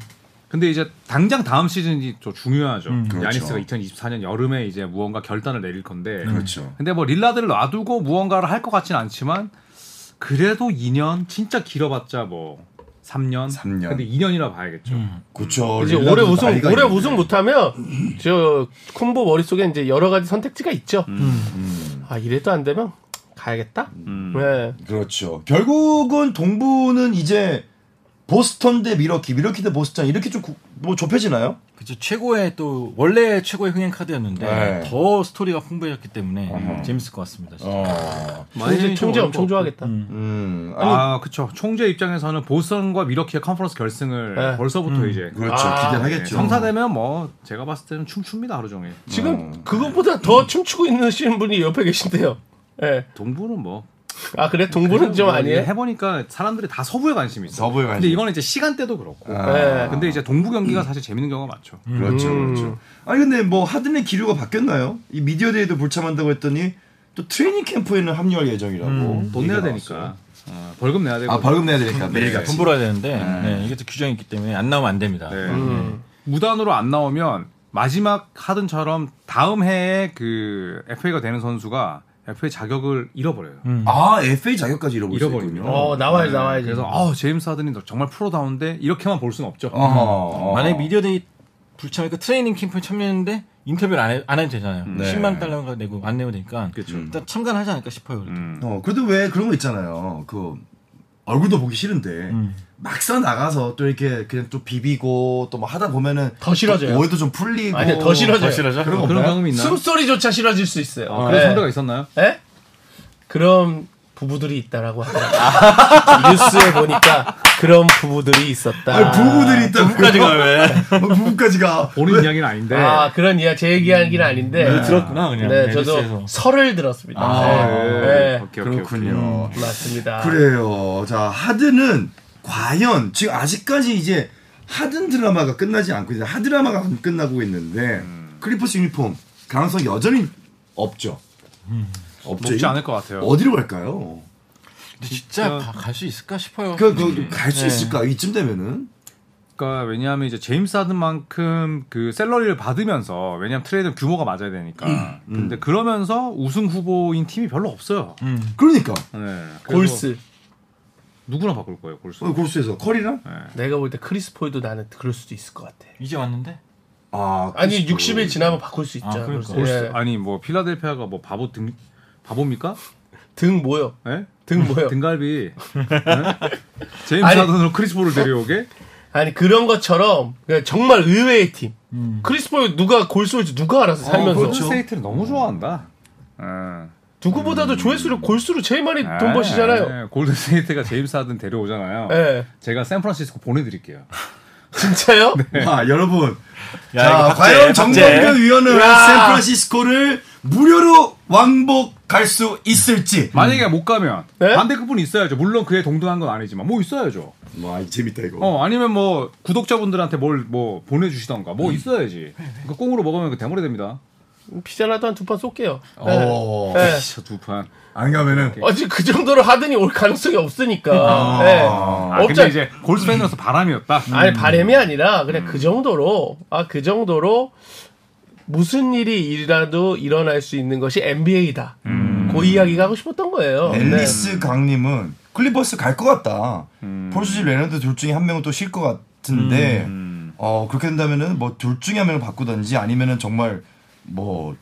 D: 근데 이제 당장 다음 시즌이 또 중요하죠.
A: 그렇죠.
D: 야니스가 2024년 여름에 이제 무언가 결단을 내릴 건데.
A: 그렇죠.
D: 근데 뭐 릴라드를 놔두고 무언가를 할 것 같진 않지만 그래도 2년 진짜 길어봤자 뭐 3년.
A: 삼 년.
D: 근데 2년이라 봐야겠죠.
A: 그렇죠.
B: 이제
A: 릴라드도
B: 올해 우승
A: 나이가
B: 올해
A: 있는데.
B: 우승 못하면 저 콤보 머릿속에 이제 여러 가지 선택지가 있죠. 아 이래도 안 되면 가야겠다. 네.
A: 그렇죠. 결국은 동부는 이제 보스턴 대 미러키, 미러키 대 보스턴 이렇게 좀 뭐 좁혀지나요?
C: 그죠 최고의 또 원래 최고의 흥행 카드였는데
A: 네.
C: 더 스토리가 풍부해졌기 때문에 재밌을 것 같습니다. 진짜.
B: 총재 총재 엄청 좋아하겠다.
A: 음, 어. 아니,
D: 뭐 아, 그쵸. 총재 입장에서는 보스턴과 미러키의 컨퍼런스 결승을
B: 네.
D: 벌써부터 이제 네,
A: 그렇죠.
B: 아,
A: 기대하겠죠.
D: 성사되면 뭐 제가 봤을 때는 춤춥니다 하루 종일.
B: 지금 그것보다 더 춤추고 있는 시는 분이 옆에 계신데요. 예.
D: 동부는 뭐
B: 아 그래 동부는 좀
D: 뭐
B: 아니에요.
D: 해보니까 사람들이 다 서부에 관심이 있어.
A: 서부에 관심. 아.
D: 근데 이건 이제 시간대도 그렇고.
B: 예.
D: 근데 이제 동부 경기가 사실 재밌는 경우가 많죠.
A: 그렇죠, 그렇죠. 아니 근데 뭐 하든의 기류가 바뀌었나요? 이 미디어 데이도 불참한다고 했더니 또 트레이닝 캠프에는 합류할 예정이라고.
D: 돈 내야
A: 음. 얘기가
D: 되니까. 어, 벌금 내야 되고.
A: 나왔어요. 아 벌금 내야 되니까 매일같이.
C: 돈 벌어야 되는데 네, 이게 또 규정이 있기 때문에 안 나오면 안 됩니다.
D: 네.
B: 음.
D: 무단으로 안 나오면 마지막 하든처럼 다음 해에 그 FA가 되는 선수가 FA 자격을 잃어버려요.
A: 아 FA 자격까지 잃어버리죠.
D: 잃어버립니다.
B: 어 음. 나와야지 나와야지.
D: 그래서 아 제임스 하든이 정말 프로다운데 이렇게만 볼 수는 없죠.
A: 어.
C: 만약에 미디어데이 불참하니까 트레이닝 캠프에 참여했는데 인터뷰를 안, 해, 안 해도 되잖아요.
A: 네.
C: 10만 달러가 내고 안 내면 되니까 일단 참관하지 않을까 싶어요. 그래도.
A: 어 그래도 왜 그런 거 있잖아요. 그 얼굴도 보기 싫은데
B: 음.
A: 막상 나가서 또 이렇게 그냥 또 비비고 또 뭐 하다 보면은
B: 더 싫어져요.
A: 또 오해도 좀 풀리고.
B: 아니 더 싫어져요.
A: 그런 거
D: 그런
A: 없나요?
D: 경험이 있나요?
B: 숨소리조차 싫어질 수 있어요.
D: 아,
B: 예.
D: 그런 선배가 있었나요?
B: 예? 그런 부부들이 있다라고 하더라고요. 뉴스에 보니까 그런 부부들이 있었다.
A: 아니, 부부들이 있다. 부부까지
C: 가, 왜?
A: 부부까지 가.
D: 오는 이야기는 아닌데.
B: 아, 그런 이야, 제 얘기 아니긴 아닌데.
C: 들었구나 그냥.
B: 네,
C: 네,
B: 저도
C: 뉴스에서.
B: 설을 들었습니다.
D: 아,
B: 네. 네,
D: 오케이, 음. 오케이,
A: 그렇군요.
B: 맞습니다.
A: 그래요. 자, 하드는 과연 지금 아직까지 이제 하든 드라마가 끝나지 않고 이제 하드라마가 안 끝나고 있는데
D: 음.
A: 크리퍼스 유니폼 가능성 여전히 없죠.
B: 음.
A: 없죠.
D: 높지 않을 것 같아요.
A: 어디로 갈까요?
C: 근데 진짜 갈 수 있을까 싶어요.
A: 그, 그, 갈 수
C: 네.
A: 있을까? 이쯤 되면은.
D: 그러니까 왜냐하면 이제 제임스 하든만큼 그 셀러리를 받으면서 왜냐하면 트레이드 규모가 맞아야
B: 음.
D: 되니까. 음. 근데 그러면서 우승 후보인 팀이 별로 없어요.
C: 음.
A: 그러니까.
D: 네, 그래서
B: 음. 골스.
D: 누구나 바꿀 거예요 골스.
A: 어, 골수에서 커리랑?
C: 네.
B: 내가 볼 때 크리스 포이도 나는 그럴 수도 있을 것 같아.
C: 이제 왔는데
A: 아,
B: 아니, 60일 지나면 바꿀 수 있죠.
C: 아, 그러니까.
B: 그래서,
D: 골스.
B: 예.
D: 아니 뭐 필라델피아가 뭐 바보 등 바보입니까?
B: 등 모여.
D: 예?
B: 등 모여.
D: 등갈비. 예? 제임스
B: 아니.
D: 하든으로 크리스포를 데려오게.
B: 아니, 그런 것처럼 그냥 정말 의외의 팀. 크리스 포이 누가 골수일지 누가 알아서
D: 어,
B: 살면서.
D: 골든 스테이트를 너무 좋아한다. 예.
B: 누구보다도 조회수를 골수로 제일 많이 돈
D: 예,
B: 버시잖아요.
D: 예. 골든 스테이트가 제임스 하든 데려오잖아요.
B: 예.
D: 제가 샌프란시스코 보내드릴게요.
B: 진짜요?
A: 와, 아, 여러분.
C: 네. 야,
A: 자,
C: 이거 박제,
A: 과연
C: 박제.
A: 정범균 위원은
B: 야.
A: 샌프란시스코를 무료로 왕복 갈 수 있을지.
D: 만약에 못 가면
B: 네?
D: 반대급분이 있어야죠. 물론 그에 동등한 건 아니지만 뭐 있어야죠.
A: 와, 재밌다, 이거.
D: 어 아니면 뭐 구독자분들한테 뭘 뭐 보내주시던가
B: 음.
D: 뭐 있어야지. 그 꽁으로 먹으면 그 대머리 됩니다.
B: 피자라도 한 두 판 쏠게요. 네.
A: 어.
B: 네.
D: 두 판.
A: 안 가면은.
B: 어차피 그 정도로 하더니 올 가능성이 없으니까.
A: 아.
B: 네.
D: 아,
B: 없자-
D: 근데 이제 골스 팬으로서 바람이었다.
B: 음. 아니 바램이 아니라 그냥 그 정도로 아 그 정도로 무슨 일이 일이라도 일어날 수 있는 것이 NBA다. 그 이야기가 하고 싶었던
A: 어,
B: 거예요. 네.
A: 앨리스 강님은 클리퍼스 갈 것 같다. 폴스지 레너드 둘 중에 한 명은 또 쉴 것 같은데 어 그렇게 된다면은 뭐 둘 중에 한 명을 바꾸든지 아니면은 정말 뭐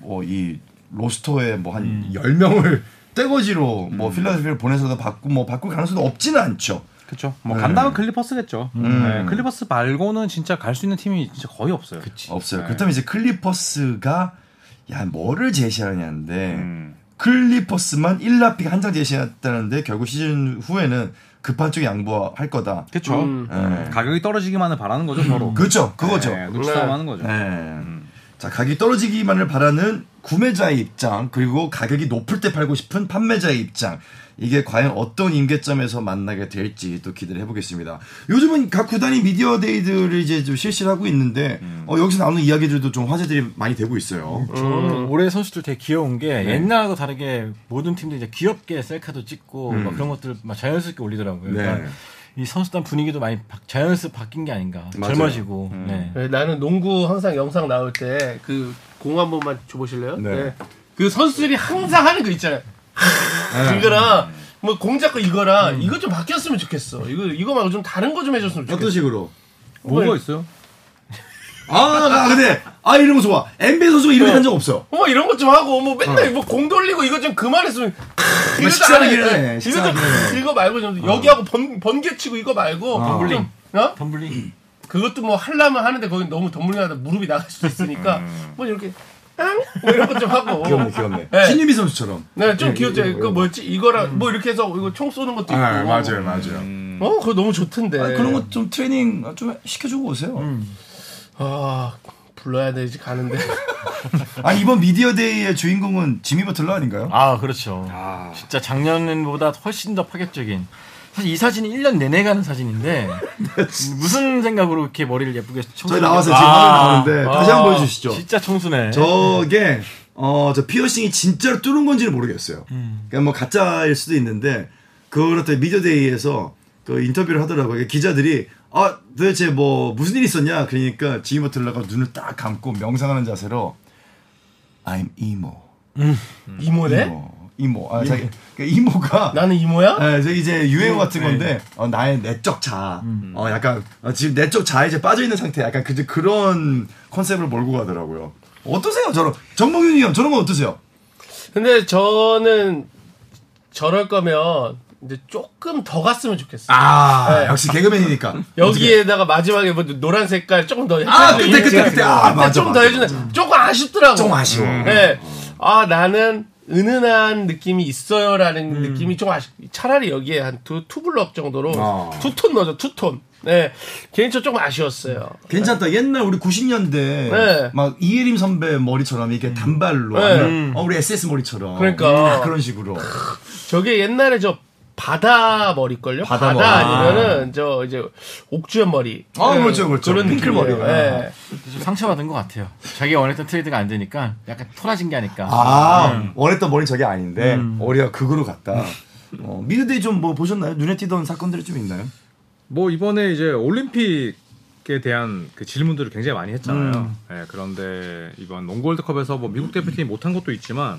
A: 뭐 이 로스터에 뭐 한 열명을 떼거지로 뭐 필라델피아를 보내서도 바꾸 뭐 바꿀 가능성도 없지는 않죠.
D: 그렇죠. 뭐
A: 네.
D: 간다면 클리퍼스겠죠.
A: 음.
D: 네, 클리퍼스 말고는 진짜 갈 수 있는 팀이 진짜 거의 없어요.
A: 없어요. 그렇다면 이제 클리퍼스가 야 뭐를 제시하느냐인데
D: 음.
A: 클리퍼스만 1라픽 한 장 제시했다는데 결국 시즌 후에는 급한 쪽에 양보할 거다.
D: 그렇죠.
B: 음.
A: 예.
D: 가격이 떨어지기만을 바라는 거죠 서로.
A: 그렇죠. 그거죠.
D: 네, 눈싸움하는 거죠.
A: 예. 자 가격이 떨어지기만을 바라는 구매자의 입장 그리고 가격이 높을 때 팔고 싶은 판매자의 입장 이게 과연 어떤 임계점에서 만나게 될지 또 기대를 해보겠습니다. 요즘은 각 구단이 미디어 데이들을 이제 좀 실시를 하고 있는데 어, 여기서 나오는 이야기들도 좀 화제들이 많이 되고 있어요.
C: 저는 올해 선수들 되게 귀여운 게
A: 네.
C: 옛날하고 다르게 모든 팀들이 이제 귀엽게 셀카도 찍고 막 그런 것들 막 자연스럽게 올리더라고요.
A: 음. 네.
C: 그러니까 이 선수단 분위기도 많이 바- 자연스럽게 바뀐 게 아닌가.
A: 맞아요. 음.
C: 젊어지고. 네.
B: 네, 나는 농구 항상 영상 나올 때 그 공 한 번만 줘보실래요?
A: 네.
B: 네. 그 선수들이 항상 하는 거 있잖아요. 이거랑 뭐 공 잡고 이거랑 이거 좀 바뀌었으면 좋겠어. 이거 이거 말고 좀 다른 거 좀 해줬으면 좋겠어.
A: 어떤 식으로?
D: 뭐가 있어요?
A: 아, 나 근데 아 이런 거 좋아. NBA 선수가 이런 한적 없어.
B: 뭐 이런 것 좀 하고 뭐 맨날 뭐 공 돌리고 이거 좀 그만했으면
A: 뭐
B: 크, 이거 좀
A: 식사하기
B: 안 해.
A: 전에,
B: 이거
A: 식사하기
B: 좀 크, 이거 말고 좀
A: 어.
B: 여기하고 번 번개 치고 이거 말고 덤블링 어?
C: 덤블링.
B: 그것도 뭐 하려면 하는데 거기 너무 덤블링하다 무릎이 나갈 수도 있으니까 뭐 이렇게 앙? 뭐 이런 것 좀 하고
A: 음. 귀엽네, 예, 귀엽네.
B: 네.
A: 신유미 선수처럼.
B: 네, 좀 귀엽죠. 그 뭐였지? 이거랑 뭐 이렇게 해서 이거 총 쏘는 것도 있고.
A: 음. 아, 맞아요.
B: 어, 그거 너무 좋던데.
A: 아, 음. 그런 거 좀 트레이닝 좀 시켜주고 오세요.
B: 아, 불러야 되지 가는데.
A: 아니 이번 미디어 데이의 주인공은 지미 버틀러 아닌가요?
C: 아, 그렇죠. 진짜 작년보다 훨씬 더 파격적인. 사실 이 사진이 1년 내내 가는 사진인데 무슨 생각으로 이렇게 머리를 예쁘게 청소
A: 네, 저희 나와서 지금 나오는데 다시 한번 보여주시죠.
C: 진짜
B: 네.
C: 청순해.
A: 저게 어, 저 피어싱이 진짜로 뚫은 건지는 모르겠어요.
B: 음.
A: 그러니까 뭐 가짜일 수도 있는데 그렇다 미디어데이에서 그 인터뷰를 하더라고요. 기자들이 아 도대체 뭐 무슨 일이 있었냐 그러니까 지미 버틀러가 눈을 딱 감고 명상하는 자세로 I'm emo.
B: 이모네? 예.
A: 이모. 이모. 아, 자기 그러니까 이모가
B: 나는 이모야?
A: 네, 저 이제 유행어 같은 건데 어, 나의 내적 자, 어 약간 어, 지금 내적 자에 이제 빠져 있는 상태, 약간 그 그런 컨셉을 몰고 가더라고요. 어떠세요, 저런 정몽윤이 형 저런 건 어떠세요?
B: 근데 저는 저럴 거면 이제 조금 더 갔으면 좋겠어. 요
A: 아
B: 네.
A: 역시 개그맨이니까
B: 여기에다가 마지막에 뭐 노란 색깔 조금 더
A: 아,
B: 해주는
A: 그때,
B: 이미지
A: 그때,
B: 같은
A: 그때.
B: 거.
A: 아, 맞아,
B: 조금 더
A: 맞아,
B: 해주는 조금 아쉽더라고.
A: 좀 아쉬워. 음.
B: 네. 아, 나는 은은한 느낌이 있어요라는
A: 음.
B: 느낌이 좀 아쉽, 차라리 여기에 한 두, 투 블럭 정도로
A: 아.
B: 투톤 넣어줘, 투톤. 네. 개인적으로 조금 아쉬웠어요.
A: 괜찮다. 옛날 우리 90년대
B: 네.
A: 막 이예림 선배 머리처럼 이렇게 단발로
B: 네.
A: 아니면, 어, 우리 SS 머리처럼
B: 그러니까.
A: 음, 그런 식으로
B: 저게 옛날에 저 바다 머리걸요?
A: 바다
B: 바다,
A: 머리.
B: 아니면은 저 이제 옥주현 머리. 네.
A: 아, 그렇죠, 그렇죠.
B: 런
A: 핑클
B: 핑클
A: 머리가. 아,
B: 머리가. 네.
C: 좀 상처받은 것 같아요. 자기가 원했던 트레이드가 안 되니까 약간 토라진 게 아닐까.
A: 아 원했던 머리 저게 아닌데 머리가 극으로 갔다. 어, 미드데이 좀 뭐 보셨나요? 눈에 띄던 사건들이 좀 있나요?
D: 뭐 이번에 이제 올림픽에 대한 그 질문들을 굉장히 많이 했잖아요. 예, 그런데 이번 농골드컵에서 뭐 미국 대표팀이 못한 것도 있지만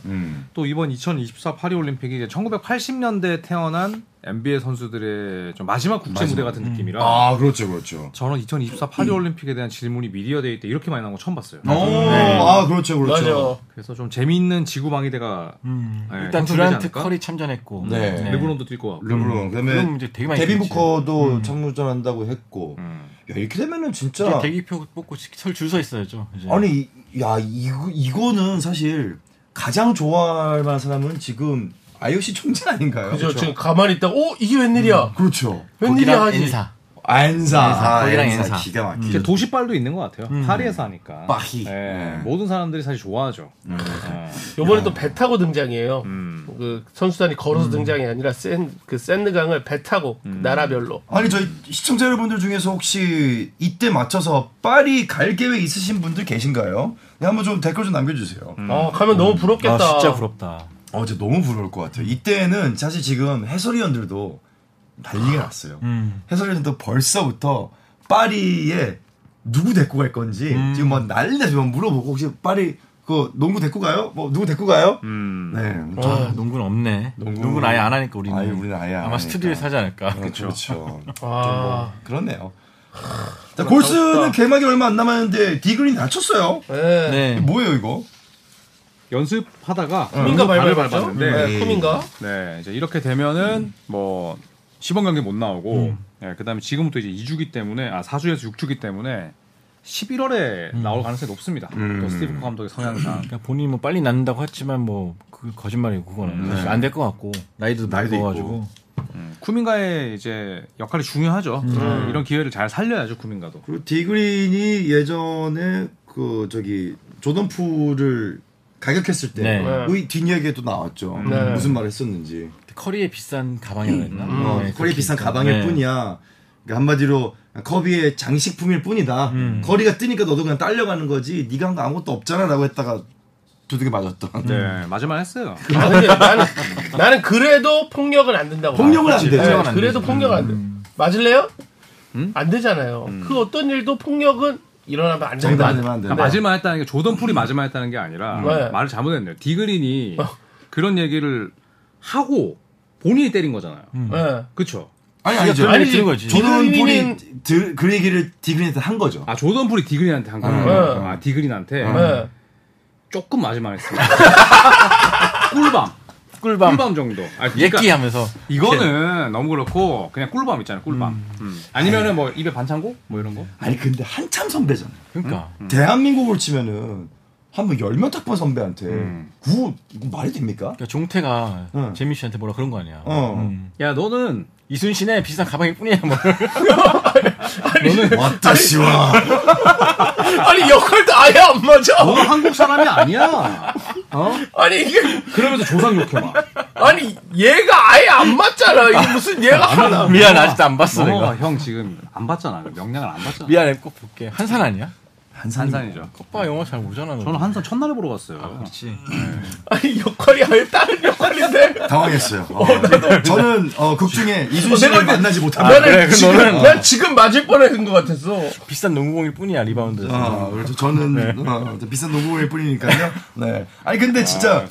D: 또 이번 2024 파리 올림픽이 이제 1980년대에 태어난 NBA 선수들의 좀 마지막 국제 무대 같은 느낌이라
A: 아 그렇죠 그렇죠.
D: 저는 2024 파리 올림픽에 대한 질문이 미디어 데이 때 이렇게 많이 나온 거 처음 봤어요.
A: 오, 아 그렇죠 그렇죠.
B: 맞아.
D: 그래서 좀 재미있는 지구 방위대가 예,
C: 음. 일단
D: 형성되지
C: 듀란트
D: 않을까?
C: 커리 참전했고.
A: 네.
D: 르브론도 뛸 거 같고.
A: 르브론
C: 그럼
A: 그다음에
C: 이제 되게 많이
A: 데빈
C: 들리지.
A: 부커도 참무전한다고 했고
D: 음.
A: 야, 이렇게 되면은
C: 이제
A: 진짜
C: 대기표 뽑고 설줄 서 있어야죠. 이제.
A: 아니 이- 야 이거 이거는 사실 가장 좋아할 만한 사람은 지금 IOC 총재 아닌가요?
B: 그죠. 지금 가만히 있다. 오, 이게 웬일이야?
A: 그렇죠.
B: 웬일이야 하지.
C: 인사.
A: 안사
C: 안사,
A: 아,
C: 거기랑
A: 안사
C: 안사.
A: 기가 막히죠.
D: 이게 도시빨도 있는 것 같아요. 파리에서 하니까.
A: 빠히.
D: 예,
A: 예.
D: 모든 사람들이 사실 좋아하죠. 예.
B: 요번에
A: 음.
B: 또 배 타고 등장이에요.
D: 음.
B: 그 선수단이 걸어서 등장이 아니라 센, 그 샌드강을 배 타고
A: 음.
B: 나라별로.
A: 아니 저희 시청자 여러분들 중에서 혹시 이때 맞춰서 파리 갈 계획 있으신 분들 계신가요? 네, 한번 좀 댓글 좀 남겨주세요.
B: 아, 가면 너무 부럽겠다.
C: 아, 진짜 부럽다.
A: 어, 제 너무 부러울 것 같아요. 이때는 사실 지금 해설위원들도 난리가 났어요.
C: 음.
A: 해설위원도 벌써부터 파리에 누구 데리고 갈 건지
C: 음.
A: 지금 막 난리 나서 막 물어보고 혹시 파리 그 농구 데리고 가요? 뭐 누구 데리고 가요?
D: 음.
A: 네.
C: 아, 농구는 없네.
A: 농구-
C: 농구... 는 아예 안 하니까 우리는.
A: 아예 우리는 아예 안 그렇죠.
C: 아마
A: 하니까.
C: 그렇죠. 스튜디오에서 하지 않을까.
A: 그렇죠.
B: 아,
A: 그렇네요. 자, 골스는 개막이 얼마 안 남았는데 디그린 다쳤어요.
B: 네.
C: 네.
A: 이게 뭐예요 이거?
D: 연습하다가
A: 아,
B: 쿠민가
D: 발을
B: 밟았죠?
D: 밟았는데
B: 어, 네. 쿠민가.
D: 네, 이제 이렇게 되면은 뭐 시범 경기 못 나오고 예, 그다음에 지금부터 이제 2주기 때문에 아 4주에서 6주기 때문에 11월에 나올 가능성이 높습니다. 또 스티브 커 감독의 성향상.
C: 그러니까 본인이 뭐 빨리 낳는다고 했지만 뭐 그 거짓말이고 그거는 사실 안 될 것 같고 나이도
A: 나이도
C: 먹어가지고
D: 음, 쿠민가의 이제 역할이 중요하죠. 음, 이런 기회를 잘 살려야죠 쿠민가도.
A: 그리고 디그린이 예전에 그 저기 조던 풀을 가격했을 때
C: 네.
A: 의 뒷이야기에도 나왔죠.
B: 네.
A: 무슨 말을 했었는지.
C: 커리의 비싼 가방이라고 했나?
A: 어,
C: 네,
A: 커리
C: 그렇게
A: 비싼
C: 있죠.
A: 가방일
C: 네.
A: 뿐이야. 그러니까 한마디로 커비의 장식품일 뿐이다. 거리가 뜨니까 너도 그냥 딸려가는 거지. 네가 한 거 아무것도 없잖아라고 했다가 두둑이 맞았던.
D: 네, 맞을만 했어요.
B: 아, 나는, 이제 나는, 나는 그래도 폭력은 안 된다고.
A: 폭력은
B: 봐요.
A: 안 되죠. 음.
B: 네,
A: 폭력은
C: 안
B: 그래도
C: 되죠.
B: 폭력은 안 돼. 맞을래요? 안 되잖아요. 그 어떤 일도 폭력은 일어나면 안
A: 음. 정도 안
B: 된다.
A: 되면 안 된다.
D: 그러니까 맞을만 했다는 게 조던 풀이 맞을만 했다는 게 아니라
B: 네.
D: 말을 잘못했네요. 디그린이
B: 어.
D: 그런 얘기를 하고 본인이 때린 거잖아요.
A: 음.
B: 네.
D: 그쵸?
A: 아니
C: 그러니까
A: 아니죠.
C: 그런
B: 아니,
C: 얘기 들은 거지.
A: 조던
B: 디그린은-
A: 폴이 들- 그 얘기를 디그린한테 한 거죠.
D: 아 조던 풀이 디그린한테 한 거예요.
B: 네.
D: 아 디그린한테
B: 네.
D: 조금 맞을만 했습니다. 꿀밤.
C: 꿀밤
D: 정도. 아, 그러니까
C: 예끼하면서
D: 이거는 너무 그렇고 그냥 꿀밤 있잖아요. 꿀밤. 음. 아니면은 뭐 입에 반창고 뭐 이런 거.
A: 아니 근데 한참 선배잖아.
C: 그러니까
A: 음. 대한민국으로 치면은 한번 열몇 학번 선배한테
D: 음.
A: 그 말이 됩니까?
C: 그러니까 종태가
A: 응.
C: 재민 씨한테 뭐라 그런 거 아니야? 음.
A: 어.
D: 야 너는
C: 이순신의 비싼 가방일 뿐이야 뭐.
A: 왔다 씨와.
B: 아니, 역할도 아예 안 맞아.
D: 너는 한국 사람이 아니야. 어?
B: 아니, 이게,
D: 그러면서 조상 욕해 막.
B: 아니, 얘가 아예 안 맞잖아. 이게 무슨 얘가 하나.
C: 미안 아직도 안 봤어
D: 넘어가
C: 내가.
D: 형 지금 안 봤잖아. 명량을 안 봤잖아.
C: 미안해 꼭 볼게. 한산 아니야?
D: 한산이죠.
C: 오빠 영화 잘 보잖아. 너.
D: 저는 한산 첫날에 보러 갔어요.
C: 그렇지.
B: 아니, 역할이 아예 다른 역할인데.
A: 당황했어요. 어. 저는 어, 네. 극 중에
B: 내가
A: 이순신을
B: 이제-
A: 만나지 못한.
B: 나는
C: 아, 그래, 그럼
B: 지금,
C: 너는- 어.
B: 난 지금 맞을 뻔한 것 같았어.
C: 비싼 농구공일 뿐이야 리바운드.
A: 아, 그래서 저는 어, 비싼 노부일 뿐이니까요. 네. 아니 근데 진짜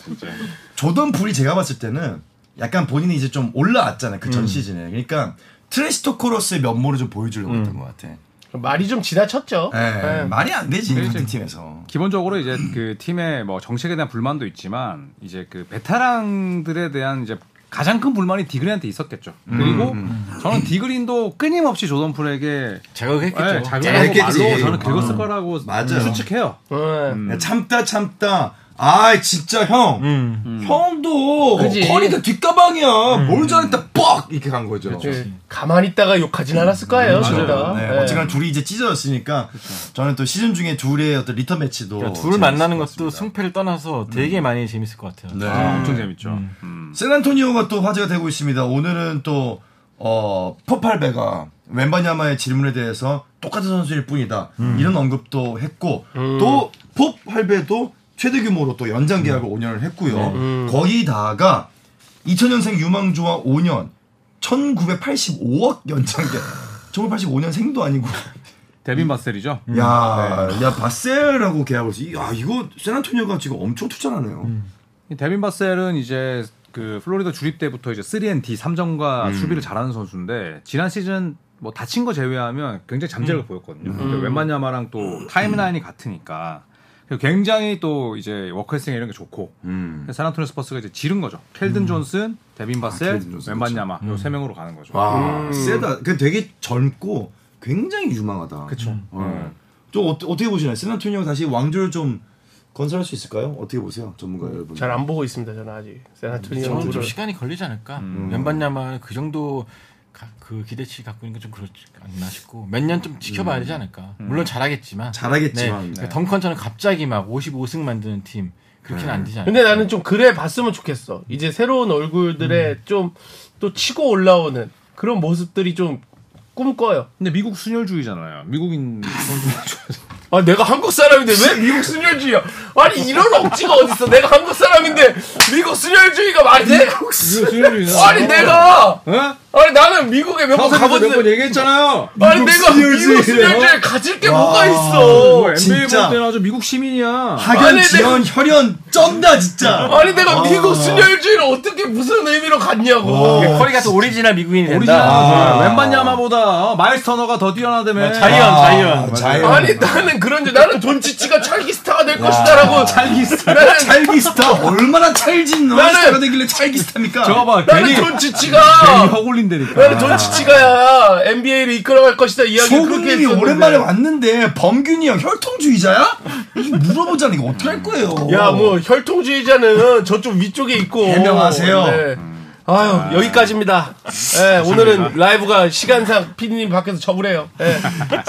A: 조던 불이 제가 봤을 때는 약간 본인이 이제 좀 올라왔잖아요. 그 전 시즌에. 그러니까 트레스토코로스의 면모를 좀 보여주려고 했던 것 같아.
B: 말이 좀 지나쳤죠.
C: 네.
A: 예,
B: 예.
A: 말이 안 되지 같은 팀에서.
D: 기본적으로 이제 그 팀의 뭐 정책에 대한 불만도 있지만 이제 그 베테랑들에 대한 이제 가장 큰 불만이 디그린한테 있었겠죠.
A: 음.
D: 그리고 저는 디그린도 끊임없이 조던풀에게
A: 네,
C: 네, 자극했겠죠.
D: 예, 자극하고
A: 했겠지.
D: 말로 저는 긁었을
A: 어.
D: 거라고
A: 맞아요.
D: 추측해요.
B: 예.
C: 음.
A: 야, 참다 참다. 아 진짜 형.
C: 음.
A: 형도
B: 음. 그지.
A: 커리가 뒷가방이야. 뭘 잘했다 뻑 이렇게 간 거죠.
B: 예. 가만히 있다가 욕하진 않았을 거예요,
C: 음,
B: 둘 다.
A: 네,
B: 예.
A: 어쨌거나 둘이 이제 찢어졌으니까
B: 그렇죠.
A: 저는 또 시즌 중에 둘의 어떤 리턴 매치도
C: 그러니까 둘
A: 재밌을
C: 만나는
A: 것
C: 것도
A: 같습니다.
C: 승패를 떠나서 되게 많이 재밌을 것 같아요.
A: 네.
D: 아, 엄청 재밌죠.
A: 음. 샌안토니오가 또 화제가 되고 있습니다. 오늘은 또, 어, 퍼팔베가 웬바냐마의 질문에 대해서 똑같은 선수일 뿐이다. 이런 언급도 했고, 또, 퍼팔베도 최대 규모로 또 연장 계약을 5년을 했고요. 거기다가 2000년생 유망주와 5년, 1985억 연장 계약. 1985년 생도 아니고.
D: 데빈 바셀이죠.
A: 음. 야, 야, 바셀하고 계약을 했어. 야, 이거 샌안토니오가 지금 엄청 투자하네요.
D: 이 데빈 바셀은 이제 그 플로리다 주립 때부터 이제 3&D 3점과 수비를 잘하는 선수인데 지난 시즌 뭐 다친 거 제외하면 굉장히 잠재력을 보였거든요. 근데 웬만야마랑 또 타임라인이 같으니까 그리고 굉장히 또 이제 워크레싱 이런 게 좋고
A: 음.
D: 세나토니 스퍼스가 이제 지른 거죠. 켈든 존슨, 데빈 바셀,
A: 켈든 존슨,
D: 웬만야마 요 세 명으로 가는 거죠.
A: 와 세다. 그 되게 젊고 굉장히 유망하다. 그렇죠. 좀 어, 떻게 보시나요? 세나토니오 다시 왕조를 좀 건설할 수 있을까요? 어떻게 보세요, 전문가 여러분?
B: 잘 안 보고 있습니다, 저는 아직. 세나토니
C: 저는 음, 좀
B: 형들을.
C: 시간이 걸리지 않을까. 웬반야마 그 정도 가- 그 기대치 갖고 있는 건 좀 그렇지 않나 싶고 몇 년 좀 지켜봐야 되지 않을까. 물론 잘하겠지만.
A: 잘하겠지만, 네.
C: 네. 덩컨처럼 갑자기 막 55승 만드는 팀 그렇게는 안 되지 않을까.
B: 근데 나는 좀 그래 봤으면 좋겠어. 이제 새로운 얼굴들의
C: 음.
B: 좀 또 치고 올라오는 그런 모습들이 좀 꿈꿔요.
D: 근데 미국 순혈주의잖아요. 미국인 선수
B: 아, 내가 한국 사람인데 왜 미국 순혈주의야? 아니, 이런 억지가 어딨어. 내가 한국 사람인데 미국 순혈주의가 말이 돼?
D: 미국 순혈주의잖아.
B: 아니, 내가
D: 어?
B: 아니 나는 미국에 몇 번
D: 몇번 어,
B: 가봤는데
D: 얘기했잖아요.
B: 아니 내가
A: 시리얼즈예요.
B: 미국 수련자에 가질 게
A: 와,
B: 뭐가
D: 뭐
B: 있어
D: NBA
A: 진짜.
D: 볼 때는 아주 미국 시민이야.
A: 학연,
B: 아니,
A: 지연, 혈연 쩐다 진짜.
B: 아니 내가 미국 수련주의를 어떻게 무슨 의미로 갔냐고
C: 커리가 또 오리지널 미국인이
D: 오리지널 아,
C: 된다. 아,
D: 웬반야마보다 마일스 터너가 더 아, 뛰어나다며.
C: 자이언, 자이언.
A: 아, 자연.
B: 아니 나는 그런 줄 나는 돈치치가 찰기 스타가 될 것이다라고 찰기 스타 나는
A: 찰기스타 얼마나 찰진 스타가 되길래 찰기스타입니까?
D: 저거 봐.
B: 나는
D: 괜히 괜히
B: 돈치치가
D: 허굴린다니까.
B: 나는 돈치치가야 NBA를 이끌어갈 것이다 이야기 그렇게
A: 소금이
B: 했었는데
A: 오랜만에 왔는데 범균이 형 혈통주의자야? 이거 물어보자는 이거 어떻게 할 거예요?
B: 야 뭐 혈통주의자는 저쪽 위쪽에 있고
A: 해명하세요. 음.
B: 네. 아유 여기까지입니다. 예, 오늘은 라이브가 시간상 피디님 밖에서 처분해요. 예.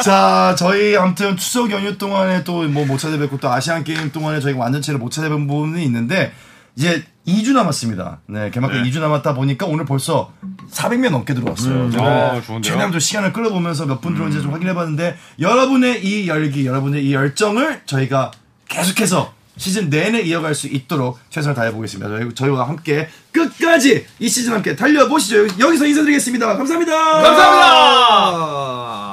A: 자, 저희 아무튼 추석 연휴 동안에 또 뭐 못 찾아뵙고 또 아시안 게임 동안에 저희가 완전체를 못 찾아뵌 부분이 있는데 이제 2주 남았습니다. 네, 개막까지 2주 남았다 보니까 오늘 벌써 400명 넘게 들어왔어요. 제가
D: 아, 좋은데요? 음.
A: 최대한 좀 시간을 끌어보면서 몇 분 들어온지 좀 확인해봤는데 여러분의 이 열기, 여러분의 이 열정을 저희가 계속해서 시즌 내내 이어갈 수 있도록 최선을 다해보겠습니다. 저희, 저희와 함께 끝까지 이 시즌 함께 달려보시죠. 여기서 인사드리겠습니다. 감사합니다.
D: 감사합니다.